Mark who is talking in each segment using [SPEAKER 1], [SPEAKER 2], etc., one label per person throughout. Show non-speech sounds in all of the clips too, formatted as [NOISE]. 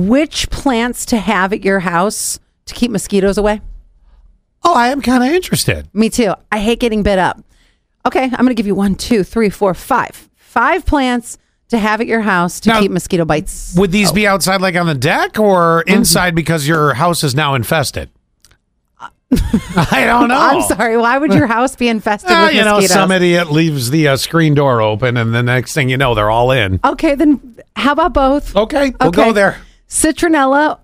[SPEAKER 1] which plants to have at your house to keep mosquitoes away?
[SPEAKER 2] Oh, I am kind of interested.
[SPEAKER 1] Me too. I hate getting bit up. Okay, I'm going to give you one, two, three, four, five. Five plants to have at your house to
[SPEAKER 2] Now-
[SPEAKER 1] keep mosquito bites.
[SPEAKER 2] Would these be outside, like on the deck, or
[SPEAKER 1] Mm-hmm.
[SPEAKER 2] inside because your house is
[SPEAKER 1] [LAUGHS]
[SPEAKER 2] now infested? I don't know.
[SPEAKER 1] I'm sorry. Why would your house be infested
[SPEAKER 2] Ah,
[SPEAKER 1] with
[SPEAKER 2] you know,
[SPEAKER 1] mosquitoes?
[SPEAKER 2] some idiot leaves the uh, screen door open, and the next thing you know, they're all in.
[SPEAKER 1] okay, then how about both?
[SPEAKER 2] Okay, we'll
[SPEAKER 1] Okay.
[SPEAKER 2] go there.
[SPEAKER 1] Citronella,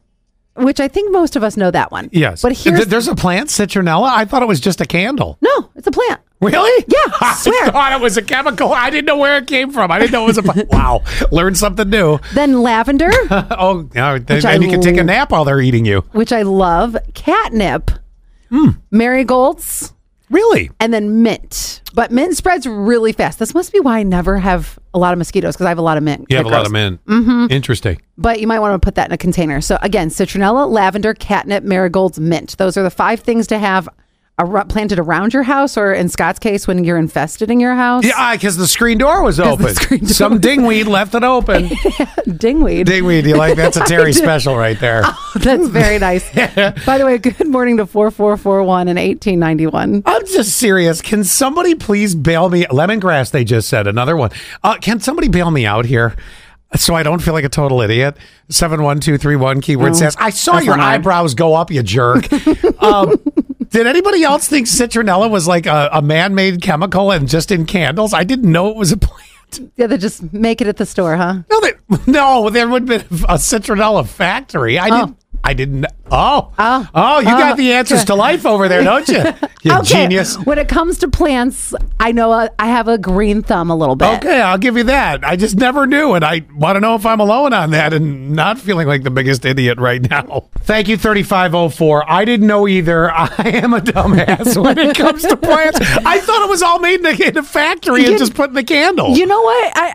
[SPEAKER 1] which I think most of us know that one.
[SPEAKER 2] Yes,
[SPEAKER 1] But
[SPEAKER 2] Th-
[SPEAKER 1] here's
[SPEAKER 2] there's a plant, citronella. I thought it was just a candle.
[SPEAKER 1] no, it's a plant.
[SPEAKER 2] Really?
[SPEAKER 1] Yeah, I swear.
[SPEAKER 2] [LAUGHS] I thought it was a chemical. I didn't know where it came from. I didn't know it was a. pla- wow, learn something new.
[SPEAKER 1] Then
[SPEAKER 2] [LAUGHS]
[SPEAKER 1] lavender,
[SPEAKER 2] Oh, yeah, then,
[SPEAKER 1] I
[SPEAKER 2] then you can take
[SPEAKER 1] lo-
[SPEAKER 2] a nap while they're eating you.
[SPEAKER 1] which I love, catnip,
[SPEAKER 2] Hmm.
[SPEAKER 1] marigolds,
[SPEAKER 2] Really?
[SPEAKER 1] and then mint. But mint spreads really fast. This must be why I never have a lot of mosquitoes because I have a lot of mint.
[SPEAKER 2] You have a
[SPEAKER 1] that
[SPEAKER 2] lot
[SPEAKER 1] grows.
[SPEAKER 2] of men. Mm-hmm. Interesting.
[SPEAKER 1] But you might want to put that in a container. So again, citronella, lavender, catnip, marigolds, mint. Those are the five things to have ar- planted around your house, or in Scott's case, when you're infested in your house.
[SPEAKER 2] Yeah, because the screen door was
[SPEAKER 1] the
[SPEAKER 2] open.
[SPEAKER 1] screen door
[SPEAKER 2] Some
[SPEAKER 1] was-
[SPEAKER 2] dingweed left it [LAUGHS] open.
[SPEAKER 1] Dingweed.
[SPEAKER 2] dingweed, you like that's a Terry [LAUGHS]
[SPEAKER 1] did.
[SPEAKER 2] special right there.
[SPEAKER 1] [LAUGHS] That's very
[SPEAKER 2] [LAUGHS]
[SPEAKER 1] nice. By the way, good morning to 4441 and 1891.
[SPEAKER 2] I'm just serious. Can somebody please bail me? Lemongrass, they just said. Another one. Uh, can somebody bail me out here so I don't feel like a total idiot? 71231 keyword says, Mm. I saw
[SPEAKER 1] that's
[SPEAKER 2] your
[SPEAKER 1] not mine.
[SPEAKER 2] eyebrows go up, you [LAUGHS] jerk. um, did anybody else think citronella was like a, a man made chemical and just in candles? I didn't know it was a plant.
[SPEAKER 1] Yeah, they just make it at the store, huh?
[SPEAKER 2] No, they, [LAUGHS] no there would have been a citronella factory. I didn't. I didn't. Oh,
[SPEAKER 1] Oh.
[SPEAKER 2] oh, you
[SPEAKER 1] Oh.
[SPEAKER 2] got the answers to life over there, don't you?
[SPEAKER 1] [LAUGHS]
[SPEAKER 2] You
[SPEAKER 1] okay.
[SPEAKER 2] genius.
[SPEAKER 1] When it comes to plants, I know uh, I have a green thumb a little bit.
[SPEAKER 2] Okay, I'll give you that. I just never knew, and I want to know if I'm alone on that and not feeling like the biggest idiot right now. Thank you, 3504. I didn't know either. [LAUGHS] I am a dumbass when it comes
[SPEAKER 1] [LAUGHS]
[SPEAKER 2] to plants. I thought it was all made in a, in a factory
[SPEAKER 1] You-
[SPEAKER 2] and just put in the candle.
[SPEAKER 1] You know what? I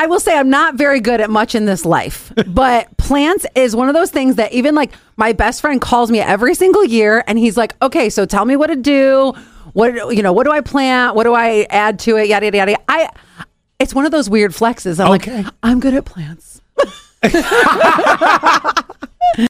[SPEAKER 1] I will say I'm not very good at much in this life, but plants is one of those things that even like my best friend calls me every single year and he's like, "Okay, so tell me what to do. What you know, what do I plant? What do I add to it? Yada yada yada." I it's one of those weird flexes. I'm
[SPEAKER 2] Okay.
[SPEAKER 1] like, "I'm good at plants."